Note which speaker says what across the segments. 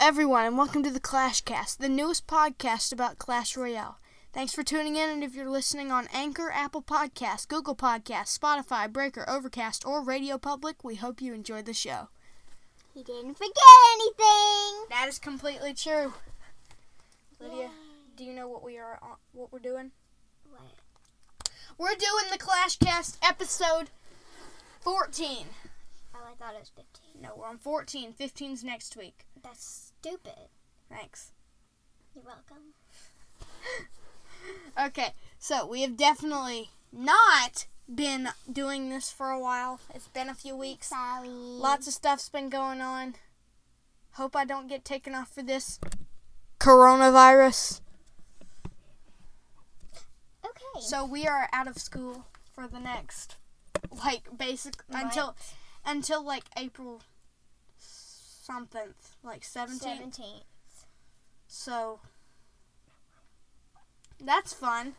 Speaker 1: everyone, and welcome to the Clashcast, the newest podcast about Clash Royale. Thanks for tuning in, and if you're listening on Anchor, Apple Podcasts, Google Podcasts, Spotify, Breaker, Overcast, or Radio Public, we hope you enjoyed the show.
Speaker 2: He didn't forget anything.
Speaker 1: That is completely true. Lydia, do you know what we are on, what we're doing?
Speaker 2: What?
Speaker 1: We're doing the Clashcast episode 14.
Speaker 2: Oh, I thought it was 15.
Speaker 1: No, we're on 14. 15's next week.
Speaker 2: That's stupid.
Speaker 1: Thanks.
Speaker 2: You're welcome.
Speaker 1: Okay, so we have definitely not been doing this for a while. It's been a few weeks.
Speaker 2: Sorry.
Speaker 1: Lots of stuff's been going on. Hope I don't get taken off for this coronavirus.
Speaker 2: Okay.
Speaker 1: So we are out of school for the next like basic
Speaker 2: Right.
Speaker 1: until until like April something, like 17th.
Speaker 2: 17.
Speaker 1: So that's fun.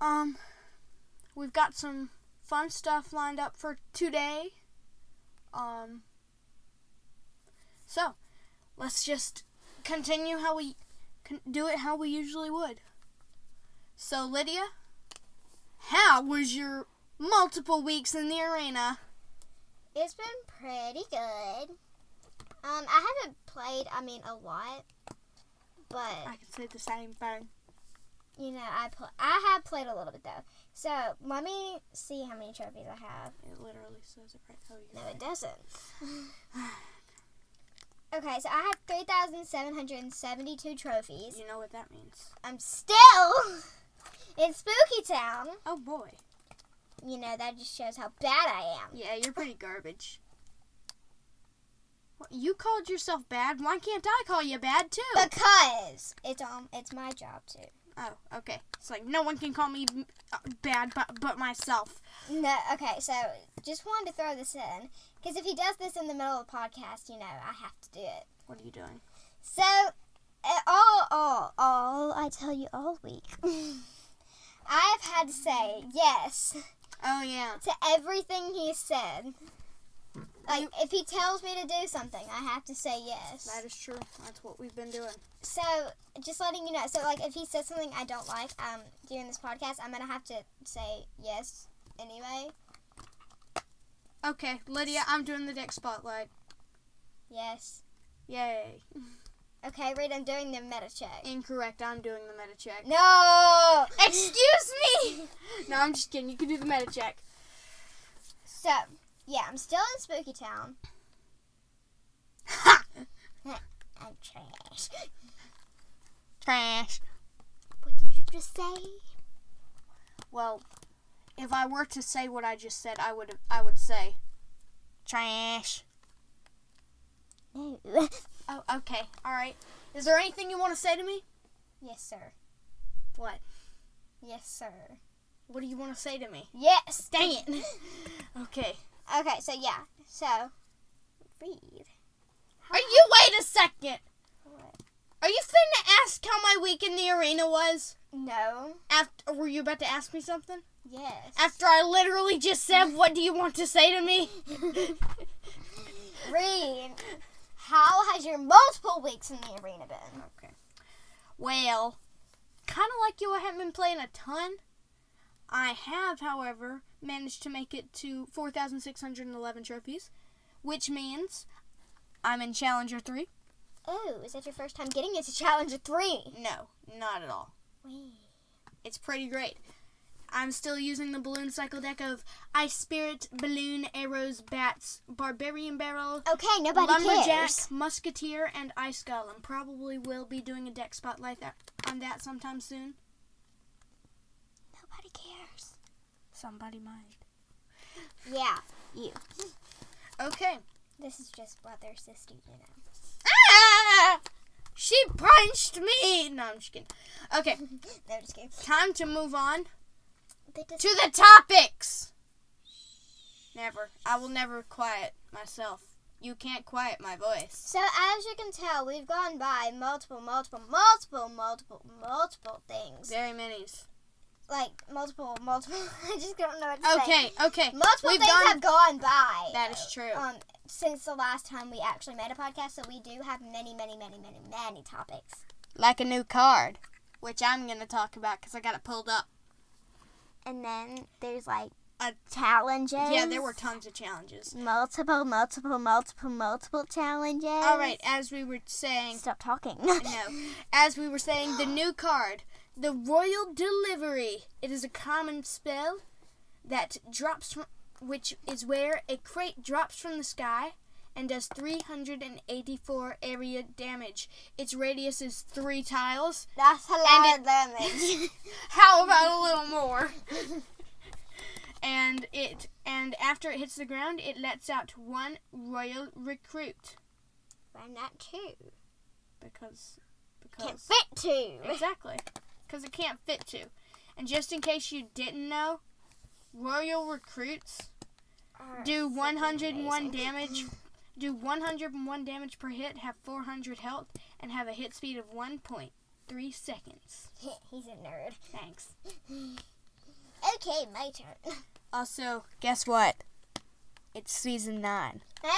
Speaker 1: Um we've got some fun stuff lined up for today. Um so let's just continue how we con- do it how we usually would. So Lydia, how was your multiple weeks in the arena?
Speaker 2: It's been pretty good. Um, I haven't played, I mean, a lot. But,
Speaker 1: I can say the same thing.
Speaker 2: you know, I pl- I have played a little bit, though. So, let me see how many trophies I have.
Speaker 1: It literally says it right. Oh,
Speaker 2: No,
Speaker 1: you're
Speaker 2: it doesn't. okay, so I have 3,772 trophies.
Speaker 1: You know what that means.
Speaker 2: I'm still in Spooky Town.
Speaker 1: Oh boy.
Speaker 2: You know, that just shows how bad I am.
Speaker 1: Yeah, you're pretty garbage. What, you called yourself bad. Why can't I call you bad too?
Speaker 2: Because it's um it's my job to.
Speaker 1: oh, okay. It's like no one can call me mm, uh, bad but, but myself.
Speaker 2: No, okay, so just wanted to throw this in because if he does this in the middle of the podcast, you know, I have to do it.
Speaker 1: What are you doing?
Speaker 2: So, uh, all, all, all, I tell you all week, I have had to say yes
Speaker 1: Oh yeah.
Speaker 2: to everything he said. Like, if he tells me to do something, I have to say yes.
Speaker 1: That is true. That's what we've been doing.
Speaker 2: So, just letting you know. So, like, if he says something I don't like um, during this podcast, I'm gonna have to say yes anyway.
Speaker 1: Okay, Lydia, I'm doing the deck spotlight.
Speaker 2: Yes.
Speaker 1: Yay.
Speaker 2: Okay, Reed, I'm doing the meta check.
Speaker 1: Incorrect. I'm doing the meta check.
Speaker 2: No.
Speaker 1: Excuse me. no, I'm just kidding. You can do the meta check.
Speaker 2: So, yeah, I'm still in Spooky Town.
Speaker 1: Ha!
Speaker 2: I'm trash.
Speaker 1: Trash.
Speaker 2: What did you just say?
Speaker 1: Well, if I were to say what I just said, I would I would say trash.
Speaker 2: No.
Speaker 1: Oh, okay. All right. Is there anything you want to say to me?
Speaker 2: yes, sir.
Speaker 1: What?
Speaker 2: Yes, sir.
Speaker 1: What do you want to say to me?
Speaker 2: Yes.
Speaker 1: Dang it. Okay.
Speaker 2: Okay, so yeah, so Reed.
Speaker 1: Are you wait a second?
Speaker 2: What?
Speaker 1: Are you finna ask how my week in the arena was?
Speaker 2: No.
Speaker 1: After were you about to ask me something?
Speaker 2: Yes.
Speaker 1: After I literally just said, "What do you want to say to me?"
Speaker 2: Reed, how has your multiple weeks in the arena been?
Speaker 1: Okay. Well, kind of like you, I haven't been playing a ton. I have, however, managed to make it to 4,611 trophies, which means I'm in Challenger 3.
Speaker 2: Oh, is that your first time getting into Challenger Three?
Speaker 1: No, not at all. It's pretty great. I'm still using the balloon cycle deck of Ice Spirit, Balloon, Arrows, Bats, Barbarian Barrel,
Speaker 2: Okay, nobody
Speaker 1: Lumberjack,
Speaker 2: cares.
Speaker 1: Musketeer, and Ice Golem. Probably will be doing a deck spotlight that, on that sometime soon.
Speaker 2: Nobody cares.
Speaker 1: Somebody might.
Speaker 2: Yeah, you.
Speaker 1: Okay.
Speaker 2: This is just brother sister, you know.
Speaker 1: Ah! She punched me. No, I'm just kidding. Okay,
Speaker 2: No, just kidding.
Speaker 1: time to move on
Speaker 2: That does-
Speaker 1: to the topics. Never. I will never quiet myself. You can't quiet my voice.
Speaker 2: So as you can tell, we've gone by multiple, multiple, multiple, multiple, multiple things.
Speaker 1: Very many's.
Speaker 2: like multiple, multiple. I just don't know what to say.
Speaker 1: Okay, okay.
Speaker 2: Multiple
Speaker 1: We've
Speaker 2: things
Speaker 1: gone-
Speaker 2: have gone by.
Speaker 1: That is true.
Speaker 2: Um, since the last time we actually made a podcast, so we do have many, many, many, many, many topics.
Speaker 1: Like a new card, which I'm going to talk about because I got it pulled up.
Speaker 2: And then there's like
Speaker 1: Uh,
Speaker 2: challenges.
Speaker 1: Yeah, there were tons of challenges.
Speaker 2: multiple, multiple, multiple, multiple challenges.
Speaker 1: All right, as we were saying,
Speaker 2: Stop talking.
Speaker 1: no, as we were saying, the new card, the Royal Delivery. It is a common spell that drops from, which is where a crate drops from the sky and does 384 area damage. Its radius is three tiles.
Speaker 2: That's a lot of damage.
Speaker 1: How about a little more? and it and after it hits the ground, it lets out one royal recruit
Speaker 2: Run that two.
Speaker 1: because because
Speaker 2: Can't fit two.
Speaker 1: Exactly. Because it can't fit two. And just in case you didn't know, royal recruits do 101 damage, do 101 damage per hit, have 400 health, and have a hit speed of 1.3 seconds.
Speaker 2: He's a nerd.
Speaker 1: Thanks.
Speaker 2: Okay, my turn.
Speaker 1: Also, guess what? It's season nine.
Speaker 2: Hey,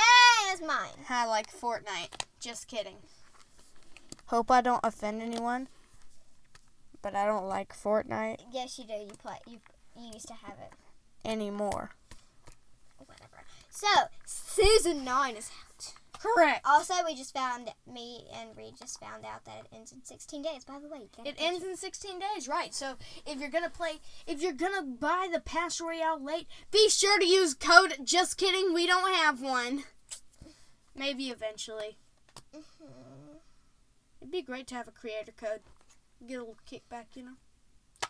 Speaker 2: that's mine.
Speaker 1: I like Fortnite. Just kidding. Hope I don't offend anyone. But I don't like Fortnite
Speaker 2: Yes, you do. You play. You you used to have it.
Speaker 1: anymore.
Speaker 2: Whatever. So season nine is out.
Speaker 1: Correct.
Speaker 2: Also, we just found me and Reed just found out that it ends in 16 days. By the way, you gotta
Speaker 1: It
Speaker 2: get
Speaker 1: ends in 16 days, right? So if you're gonna play, if you're gonna buy the Pass Royale late, be sure to use code. Just kidding, we don't have one. Maybe eventually.
Speaker 2: your- Mhm.
Speaker 1: It'd be great to have a creator code. Get a little kickback, you know.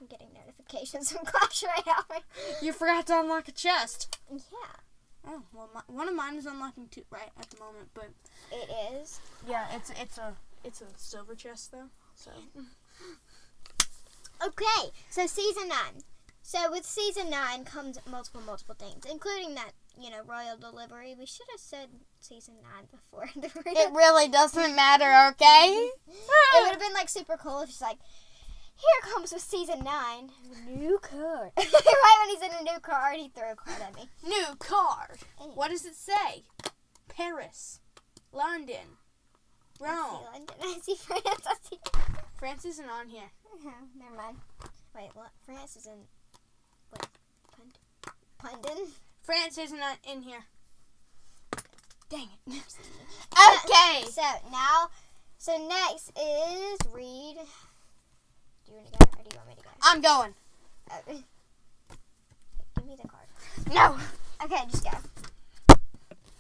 Speaker 2: I'm getting notifications from Clash Royale.
Speaker 1: You forgot to unlock a chest.
Speaker 2: yeah,
Speaker 1: Oh well, my, one of mine is unlocking two right at the moment, but
Speaker 2: it is.
Speaker 1: yeah, it's it's a it's a silver chest though. So
Speaker 2: Okay, so season nine. So with season nine comes multiple, multiple things, including that you know royal delivery. We should have said season nine before. The
Speaker 1: it really doesn't matter, okay?
Speaker 2: It would have been like super cool if she's like, here comes with season nine, new card. right when he's in a new card, he threw a card at me.
Speaker 1: New card. What does it say? Paris, London,
Speaker 2: I
Speaker 1: Rome.
Speaker 2: see London, I see France, I see.
Speaker 1: France isn't on here.
Speaker 2: No, never mind. Wait, what? France is in. Wait, Pund- Pundin?
Speaker 1: France isn't on, in here. Dang it.
Speaker 2: Okay! Uh, So now, so next is read. Do you want to go or do you want me to go?
Speaker 1: I'm going.
Speaker 2: Oh. Give me the card.
Speaker 1: No.
Speaker 2: Okay, just go.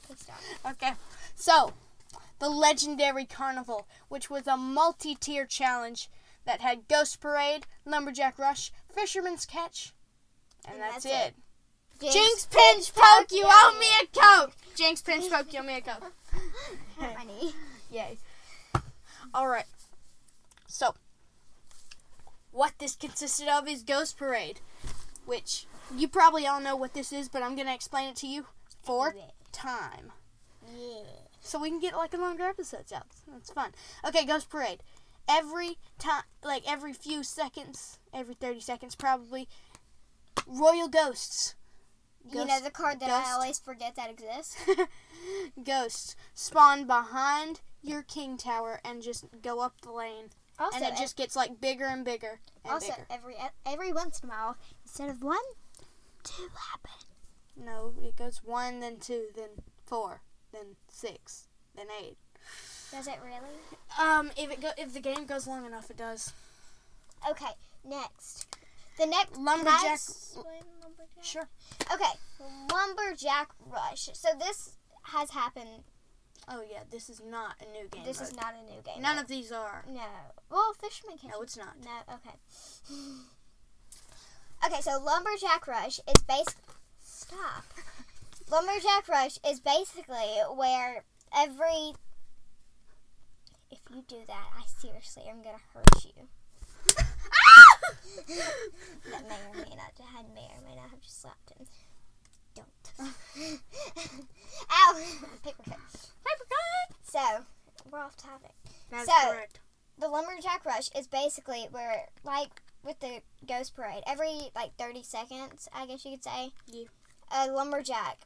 Speaker 2: Please stop.
Speaker 1: Okay. So, the legendary carnival, which was a multi-tier challenge that had Ghost Parade, Lumberjack Rush, Fisherman's Catch, and,
Speaker 2: And
Speaker 1: that's,
Speaker 2: that's
Speaker 1: it. Jinx, pinch, poke, you owe me a coke. Jinx, pinch, poke, you owe me a coke.
Speaker 2: Hurt my knee.
Speaker 1: Yay. All right. So, what this consisted of is Ghost Parade, which you probably all know what this is, but I'm going to explain it to you for time.
Speaker 2: Yeah.
Speaker 1: So we can get like a longer episodes out. That's fun. Okay, Ghost Parade. Every time, like every few seconds, every 30 seconds probably, Royal Ghosts.
Speaker 2: you know the card that
Speaker 1: ghost.
Speaker 2: I always forget that exists.
Speaker 1: Ghosts spawn behind your king tower and just go up the lane.
Speaker 2: Also,
Speaker 1: and it just gets like bigger and bigger and
Speaker 2: also
Speaker 1: bigger.
Speaker 2: every e-, every once in a while, instead of one, two happen.
Speaker 1: No, it goes one, then two, then four, then six, then eight.
Speaker 2: Does it really?
Speaker 1: Um, if it go if the game goes long enough, it does.
Speaker 2: Okay, next. The next
Speaker 1: Lumberjack-
Speaker 2: nice one, lumberjack.
Speaker 1: Sure.
Speaker 2: Okay, lumberjack rush. So this has happened.
Speaker 1: Oh yeah, this is not a new game.
Speaker 2: This is
Speaker 1: mode.
Speaker 2: not a new game.
Speaker 1: none of these are.
Speaker 2: No. Well, fisherman can.
Speaker 1: No, it's not.
Speaker 2: No, okay. okay, so Lumberjack Rush is basic. Stop. Lumberjack Rush is basically where every. If you do that, I seriously am gonna hurt you. That may or may not. I may or may not have just slapped him. Don't. Ow! Paper cut.
Speaker 1: Paper cut.
Speaker 2: So we're off topic.
Speaker 1: That's
Speaker 2: So-
Speaker 1: correct.
Speaker 2: the lumberjack rush is basically where, like, with the ghost parade, every like thirty seconds, I guess you could say,
Speaker 1: Yeah.
Speaker 2: a lumberjack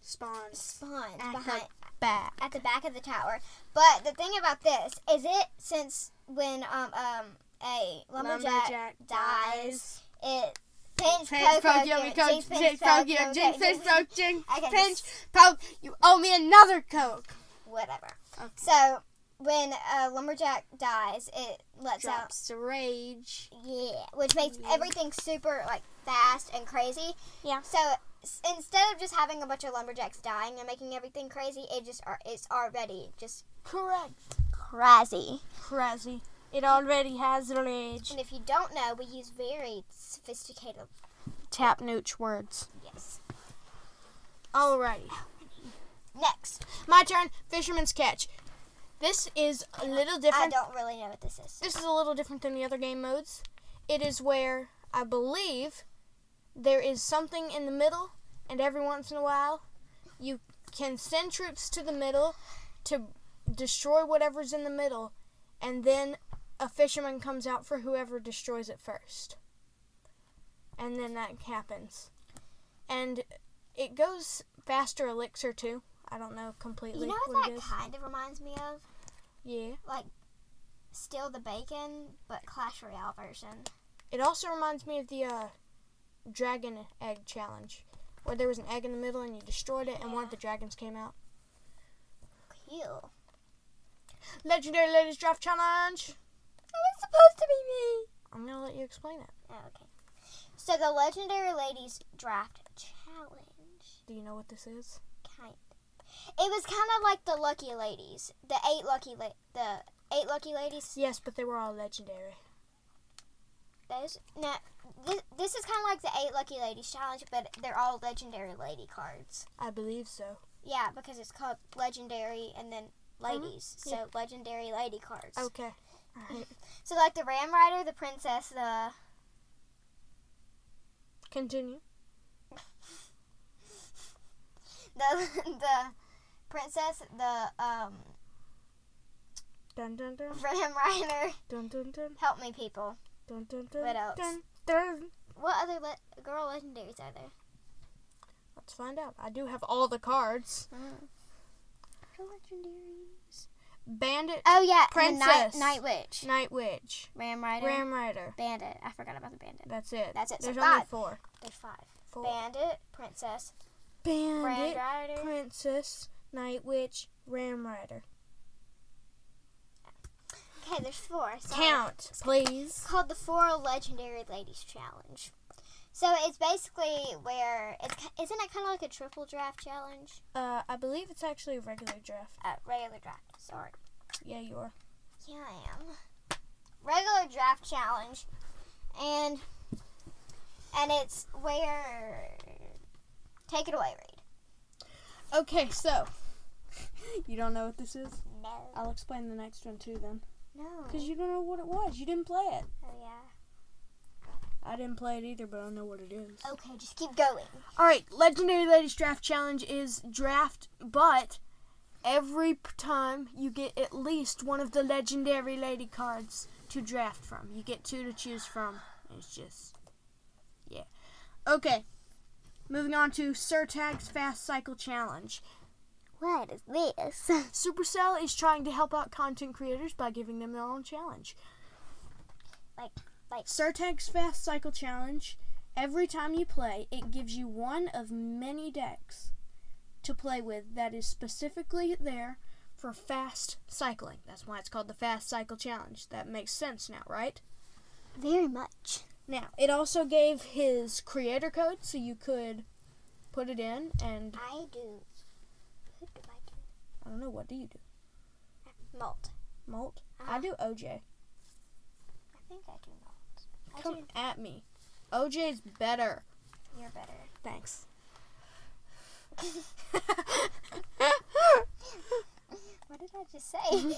Speaker 1: Spawns
Speaker 2: spawns
Speaker 1: at
Speaker 2: behind
Speaker 1: the back.
Speaker 2: at the back of the tower. But the thing about this is, it since when um um a lumberjack, dies, it pinch
Speaker 1: Pinch,
Speaker 2: poke,
Speaker 1: poke,
Speaker 2: poke,
Speaker 1: yummy
Speaker 2: it,
Speaker 1: coke,
Speaker 2: jinx,
Speaker 1: jinx,
Speaker 2: pinch,
Speaker 1: poke,
Speaker 2: poke,
Speaker 1: yum,
Speaker 2: poke,
Speaker 1: jinx, pinch,
Speaker 2: jinx,
Speaker 1: poke, jinx,
Speaker 2: Okay,
Speaker 1: pinch, poke. You owe me another coke.
Speaker 2: whatever.
Speaker 1: Okay.
Speaker 2: So when a lumberjack dies, it lets out
Speaker 1: Drops the rage.
Speaker 2: Yeah, which makes
Speaker 1: Yeah.
Speaker 2: everything super like fast and crazy.
Speaker 1: Yeah.
Speaker 2: So s- instead of just having a bunch of lumberjacks dying and making everything crazy, it just are it's already just
Speaker 1: Correct.
Speaker 2: crazy.
Speaker 1: Crazy. It already has rage.
Speaker 2: And if you don't know, we use very sophisticated
Speaker 1: Tap nooch words.
Speaker 2: yes.
Speaker 1: Alrighty.
Speaker 2: Next,
Speaker 1: My turn. Fisherman's catch. This is a little
Speaker 2: I
Speaker 1: different.
Speaker 2: don't really know what this is.
Speaker 1: This is a little different than the other game modes. It is where I believe there is something in the middle, and every once in a while, you can send troops to the middle to destroy whatever's in the middle, and then a fisherman comes out for whoever destroys it first. And then that happens. And it goes faster elixir too. I don't know completely
Speaker 2: You know
Speaker 1: what
Speaker 2: what
Speaker 1: it
Speaker 2: that
Speaker 1: is.
Speaker 2: kind of reminds me of?
Speaker 1: Yeah.
Speaker 2: Steal the bacon, but Clash Royale version.
Speaker 1: It also reminds me of the uh, dragon egg challenge, where there was an egg in the middle and you destroyed it, and one of the dragons came out.
Speaker 2: Cool.
Speaker 1: Legendary Ladies Draft Challenge.
Speaker 2: It was Oh, supposed to be me.
Speaker 1: I'm gonna let you explain it.
Speaker 2: Oh, okay. So the legendary ladies draft challenge,
Speaker 1: Do you know what this is?
Speaker 2: kind. It was kind of like the lucky ladies, the eight lucky la- the eight lucky ladies.
Speaker 1: Yes, but they were all legendary.
Speaker 2: Those now, this, this is kind of like the eight lucky ladies challenge, but they're all legendary lady cards.
Speaker 1: I believe so.
Speaker 2: Yeah, because it's called legendary and then ladies, so
Speaker 1: yeah. Oh.
Speaker 2: legendary lady cards.
Speaker 1: Okay. Alright.
Speaker 2: So like the Ram Rider, the Princess, the
Speaker 1: Continue.
Speaker 2: the the Princess, the um
Speaker 1: Dun dun dun.
Speaker 2: Ram Rider.
Speaker 1: Dun dun dun.
Speaker 2: Help me, people.
Speaker 1: Dun dun dun.
Speaker 2: What else?
Speaker 1: Dun, dun.
Speaker 2: What other le- girl legendaries are there?
Speaker 1: Let's find out. I do have all the cards.
Speaker 2: legendaries.
Speaker 1: Bandit,
Speaker 2: Oh yeah, and the
Speaker 1: Princess.
Speaker 2: Night, Night Witch,
Speaker 1: Night Witch,
Speaker 2: Ram Rider,
Speaker 1: Ram Rider.
Speaker 2: Bandit. I forgot about the Bandit.
Speaker 1: That's it.
Speaker 2: That's it, so
Speaker 1: There's only
Speaker 2: five.
Speaker 1: four.
Speaker 2: There's five.
Speaker 1: Four.
Speaker 2: Bandit, Princess,
Speaker 1: Bandit,
Speaker 2: Ram Rider.
Speaker 1: Princess, Night Witch, Ram Rider.
Speaker 2: okay, there's four. So
Speaker 1: Count, please.
Speaker 2: It's called the Four Legendary Ladies Challenge. So it's basically where it's ki- isn't it kind of like a triple draft challenge?
Speaker 1: Uh, I believe it's actually a regular draft.
Speaker 2: Uh, regular draft. Sorry.
Speaker 1: Yeah, you are.
Speaker 2: Yeah, I am. Regular draft challenge, and and it's where. Take it away, Reed.
Speaker 1: Okay, so you don't know what this is.
Speaker 2: No.
Speaker 1: I'll explain the next one too then,
Speaker 2: No.
Speaker 1: because you don't know what it was. You didn't play it.
Speaker 2: Oh yeah.
Speaker 1: I didn't play it either, but I know what it is.
Speaker 2: Okay, just keep going.
Speaker 1: All right, Legendary Ladies Draft Challenge is draft, but every p- time you get at least one of the Legendary Lady cards to draft from. You get two to choose from. It's just, yeah. Okay, moving on to Surtag's Fast Cycle Challenge.
Speaker 2: What is this?
Speaker 1: Supercell is trying to help out content creators by giving them their own challenge.
Speaker 2: Like- like-
Speaker 1: Surtag's Fast Cycle Challenge. Every time you play, it gives you one of many decks to play with that is specifically there for fast cycling. That's why it's called the Fast Cycle Challenge. That makes sense now, right?
Speaker 2: Very much.
Speaker 1: Now, it also gave his creator code so you could put it in and
Speaker 2: I do. Who do I do?
Speaker 1: I don't know what do you do?
Speaker 2: Malt.
Speaker 1: Molt?
Speaker 2: Uh,
Speaker 1: I do OJ.
Speaker 2: I think I do malt. I
Speaker 1: Come at me. OJ's better.
Speaker 2: do. You're better.
Speaker 1: Thanks.
Speaker 2: What did I just say?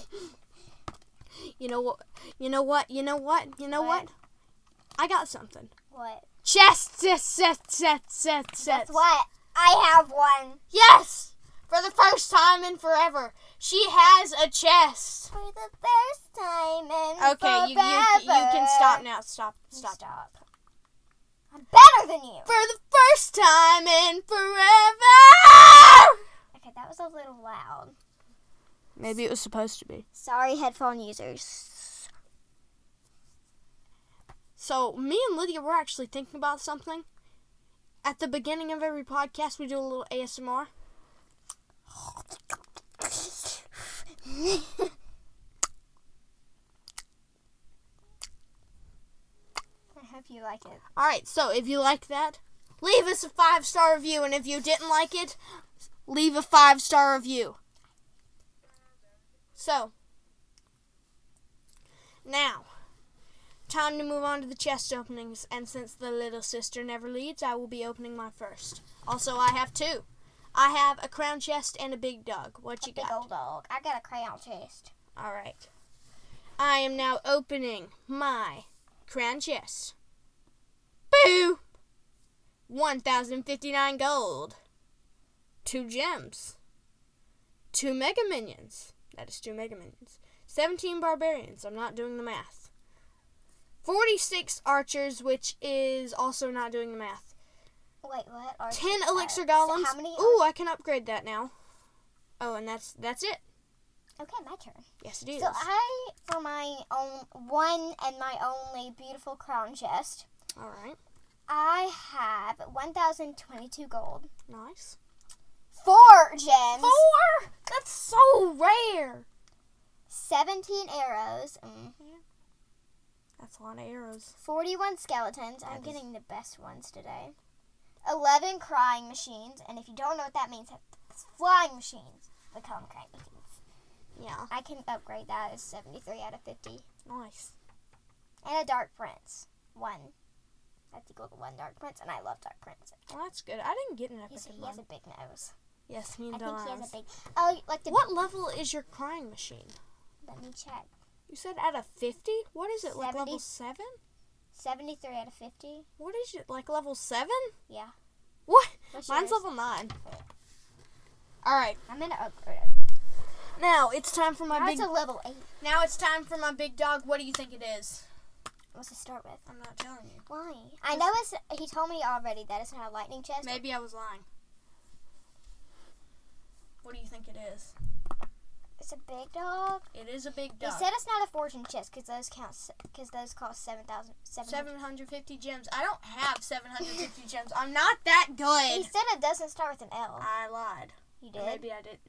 Speaker 1: you know what? You know what? You know what? You know what?
Speaker 2: What?
Speaker 1: I got something.
Speaker 2: what?
Speaker 1: Chest set set set set set.
Speaker 2: That's what. I have one.
Speaker 1: Yes. For the first time in forever, she has a chest.
Speaker 2: For the first time in
Speaker 1: Okay, you, you, you can stop now. Stop,
Speaker 2: Stop.
Speaker 1: stop.
Speaker 2: I'm better than you.
Speaker 1: For the first time in forever!
Speaker 2: Okay, that was a little loud.
Speaker 1: Maybe it was supposed to be.
Speaker 2: Sorry, headphone users.
Speaker 1: So, me and Lydia were actually thinking about something. At the beginning of every podcast, we do a little ASMR.
Speaker 2: I hope you like it.
Speaker 1: Alright, so if you like that, leave us a five star review, and if you didn't like it, leave a five star review. So, now, time to move on to the chest openings, and since the little sister never leads, I will be opening my first. Also, I have two. I have a crown chest and a big dog. What you
Speaker 2: Big
Speaker 1: got?
Speaker 2: old dog. I got a crayon chest.
Speaker 1: All right. I am now opening my crown chest. Boo! 1059 gold. Two gems. Two mega minions. That is two mega minions. 17 barbarians. I'm not doing the math. 46 archers, which is also not doing the math.
Speaker 2: Wait, what? Are
Speaker 1: 10
Speaker 2: uh,
Speaker 1: elixir
Speaker 2: so
Speaker 1: golems.
Speaker 2: How many?
Speaker 1: Ooh, I can upgrade that now. Oh, and that's that's it.
Speaker 2: Okay, my turn.
Speaker 1: Yes, it is.
Speaker 2: So I, for my own one and my only beautiful crown chest,
Speaker 1: All right.
Speaker 2: I have 1,022 gold,
Speaker 1: Nice.
Speaker 2: four gems,
Speaker 1: Four? That's so rare.
Speaker 2: 17 arrows, mm,
Speaker 1: That's a lot of arrows.
Speaker 2: 41 skeletons. I'm
Speaker 1: That is-
Speaker 2: getting the best ones today. 11 crying machines, and if you don't know what that means, it's flying machines. We call them crying machines.
Speaker 1: Yeah.
Speaker 2: I can upgrade that as 73 out of 50.
Speaker 1: Nice.
Speaker 2: And a dark prince, one. That's equal to one dark prince, and I love dark prince.
Speaker 1: Well, that's good. I didn't get an epic
Speaker 2: He's,
Speaker 1: in
Speaker 2: he has a
Speaker 1: mine.
Speaker 2: big nose.
Speaker 1: Yes, me
Speaker 2: I
Speaker 1: and
Speaker 2: think he
Speaker 1: Delilah's.
Speaker 2: has a big. Oh, like the.
Speaker 1: What level is your crying machine?
Speaker 2: Let me check.
Speaker 1: You said out of 50? What is it, like level 7?
Speaker 2: 73 out of 50.
Speaker 1: What is it, like level 7?
Speaker 2: Yeah.
Speaker 1: What?
Speaker 2: What's
Speaker 1: Mine's
Speaker 2: yours?
Speaker 1: level 9. Alright,
Speaker 2: I'm gonna upgrade it.
Speaker 1: now it's time for my
Speaker 2: Now
Speaker 1: big.
Speaker 2: it's a level eight.
Speaker 1: now it's time for my big dog. What do you think it is?
Speaker 2: What's it start with?
Speaker 1: I'm not telling you.
Speaker 2: Why? I know it's. He told me already that it's not a lightning chest.
Speaker 1: Maybe I was lying. What do you think it is?
Speaker 2: It's a big dog.
Speaker 1: It is a big
Speaker 2: He
Speaker 1: dog.
Speaker 2: said it's not a fortune chest because those count because those cost seven thousand seven.
Speaker 1: 750 gems. I don't have 750 gems. I'm not that
Speaker 2: He
Speaker 1: good.
Speaker 2: said it doesn't start with an L.
Speaker 1: I lied.
Speaker 2: You
Speaker 1: Or
Speaker 2: did.
Speaker 1: Uh, Maybe I didn't.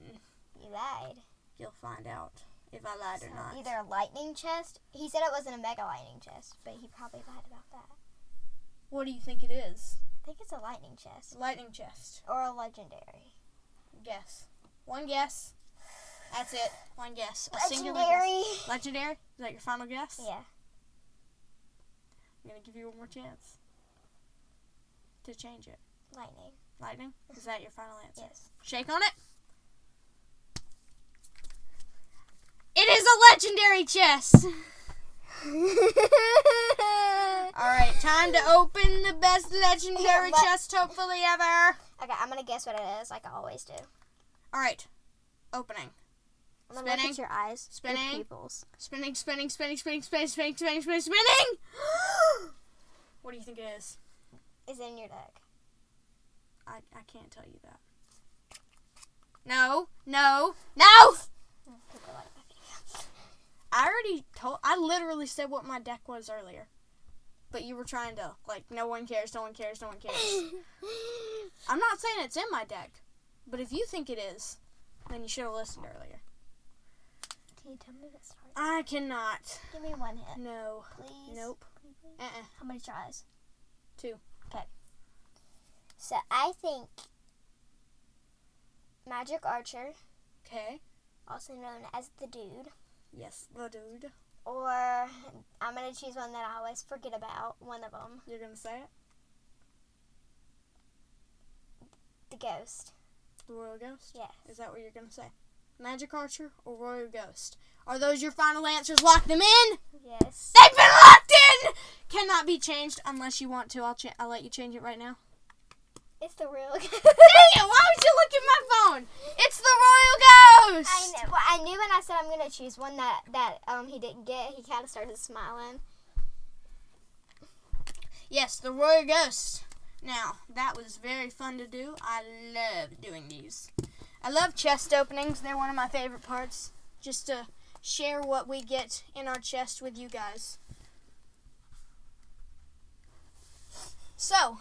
Speaker 2: You lied.
Speaker 1: You'll find out if I lied or not.
Speaker 2: Either a lightning chest. He said it wasn't a mega lightning chest, but he probably lied about that.
Speaker 1: What do you think it is?
Speaker 2: I think it's a lightning chest
Speaker 1: Lightning chest.
Speaker 2: or a legendary.
Speaker 1: Guess. One guess. That's it. One guess. A singular guess.
Speaker 2: Legendary.
Speaker 1: Legendary? Is that your final guess?
Speaker 2: Yeah.
Speaker 1: I'm going to give you one more chance to change it.
Speaker 2: Lightning.
Speaker 1: Lightning? Is that your final answer?
Speaker 2: Yes.
Speaker 1: Shake on it. It is a legendary chest.
Speaker 2: okay,
Speaker 1: All right, time to open the best legendary
Speaker 2: What?
Speaker 1: chest hopefully ever.
Speaker 2: I'm gonna guess what it is, like I always do.
Speaker 1: All right, opening,
Speaker 2: I'm gonna look
Speaker 1: Spinning.
Speaker 2: at your eyes.
Speaker 1: Spinning.
Speaker 2: Your pupils.
Speaker 1: spinning, spinning, spinning, spinning, spinning, spinning, spinning, spinning, spinning. what do you think it is?
Speaker 2: Is in your deck.
Speaker 1: I, I can't tell you that. No, no, no!
Speaker 2: People like that.
Speaker 1: I already told. I literally said what my deck was earlier, but you were trying to like, no one cares, no one cares, no one cares. I'm not saying it's in my deck, but if you think it is, then you should have listened earlier.
Speaker 2: Can you tell me what starts?
Speaker 1: I cannot.
Speaker 2: Give me one hit,
Speaker 1: No.
Speaker 2: please.
Speaker 1: Nope. Uh-uh.
Speaker 2: How many tries?
Speaker 1: Two.
Speaker 2: Okay. So I think Magic Archer,
Speaker 1: Okay.
Speaker 2: also known as the Dude,
Speaker 1: Yes, the dude.
Speaker 2: or I'm gonna choose one that I always forget about. One of them,
Speaker 1: You're gonna say it?
Speaker 2: the Ghost.
Speaker 1: The Royal Ghost?
Speaker 2: Yes.
Speaker 1: Is that what you're gonna say? Magic Archer or Royal Ghost? Are those your final answers? Lock them in!
Speaker 2: Yes.
Speaker 1: They've been locked in! Cannot be changed unless you want to. I'll, cha- I'll let you change it right now.
Speaker 2: It's the real.
Speaker 1: Dang
Speaker 2: Dang
Speaker 1: it! Why would you look at my phone? It's the royal ghost.
Speaker 2: I knew, well, I knew when I said I'm gonna choose one that that um he didn't get. He kind of started smiling.
Speaker 1: Yes, the royal ghost. Now that was very fun to do. I love doing these. I love chest openings. They're one of my favorite parts. Just to share what we get in our chest with you guys. So,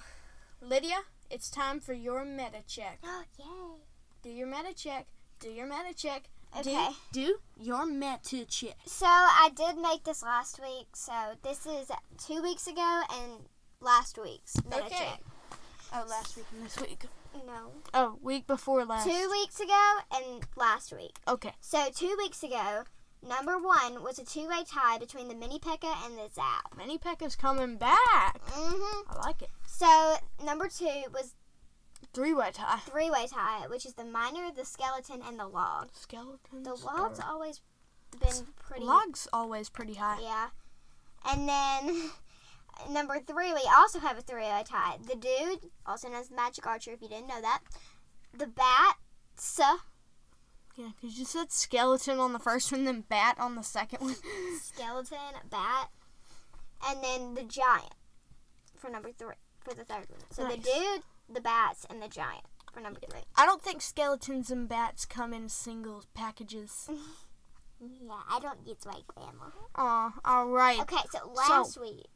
Speaker 1: Lydia, it's time for your meta check.
Speaker 2: Oh yay!
Speaker 1: Do your meta check. Do your meta check.
Speaker 2: Okay.
Speaker 1: Do, do your meta check.
Speaker 2: So I did make this last week. So this is two weeks ago and last week's meta
Speaker 1: Okay.
Speaker 2: check.
Speaker 1: Oh, last week and this week.
Speaker 2: No,
Speaker 1: Oh, week before last.
Speaker 2: two weeks ago and last week.
Speaker 1: Okay.
Speaker 2: So two weeks ago, number one was a two-way tie between the mini Pekka and the Zap.
Speaker 1: Mini Peck is coming back.
Speaker 2: hmm
Speaker 1: I like it.
Speaker 2: So number two was
Speaker 1: Three way tie.
Speaker 2: three-way tie, which is the miner, the skeleton, and the log.
Speaker 1: Skeletons.
Speaker 2: The
Speaker 1: are-
Speaker 2: log's always been pretty.
Speaker 1: Log's always pretty high.
Speaker 2: Yeah. And then number three, we also have a three-way tie. The dude, also known as the magic archer, if you didn't know that. The bats.
Speaker 1: Yeah, because you said skeleton on the first one, then bat on the second one.
Speaker 2: skeleton, bat, and then the giant for number three for the third one. So the
Speaker 1: Nice.
Speaker 2: dude, the bats, and the giant for number three.
Speaker 1: I don't think skeletons and bats come in single packages.
Speaker 2: Yeah, I don't use my grandma.
Speaker 1: Aw, alright.
Speaker 2: Okay, so last week,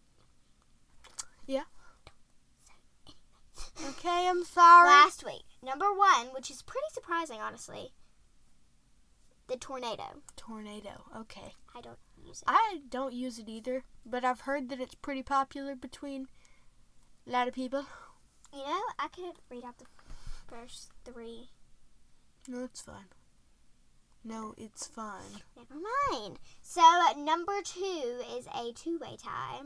Speaker 1: Okay, I'm sorry.
Speaker 2: last week, number one, which is pretty surprising, honestly. The tornado.
Speaker 1: Tornado. Okay.
Speaker 2: I don't use it.
Speaker 1: I don't use it either, but I've heard that it's pretty popular between a lot of people.
Speaker 2: You know, I could read out the first three.
Speaker 1: No, it's fine. No, it's fine.
Speaker 2: Never mind. So uh, number two is a two-way tie,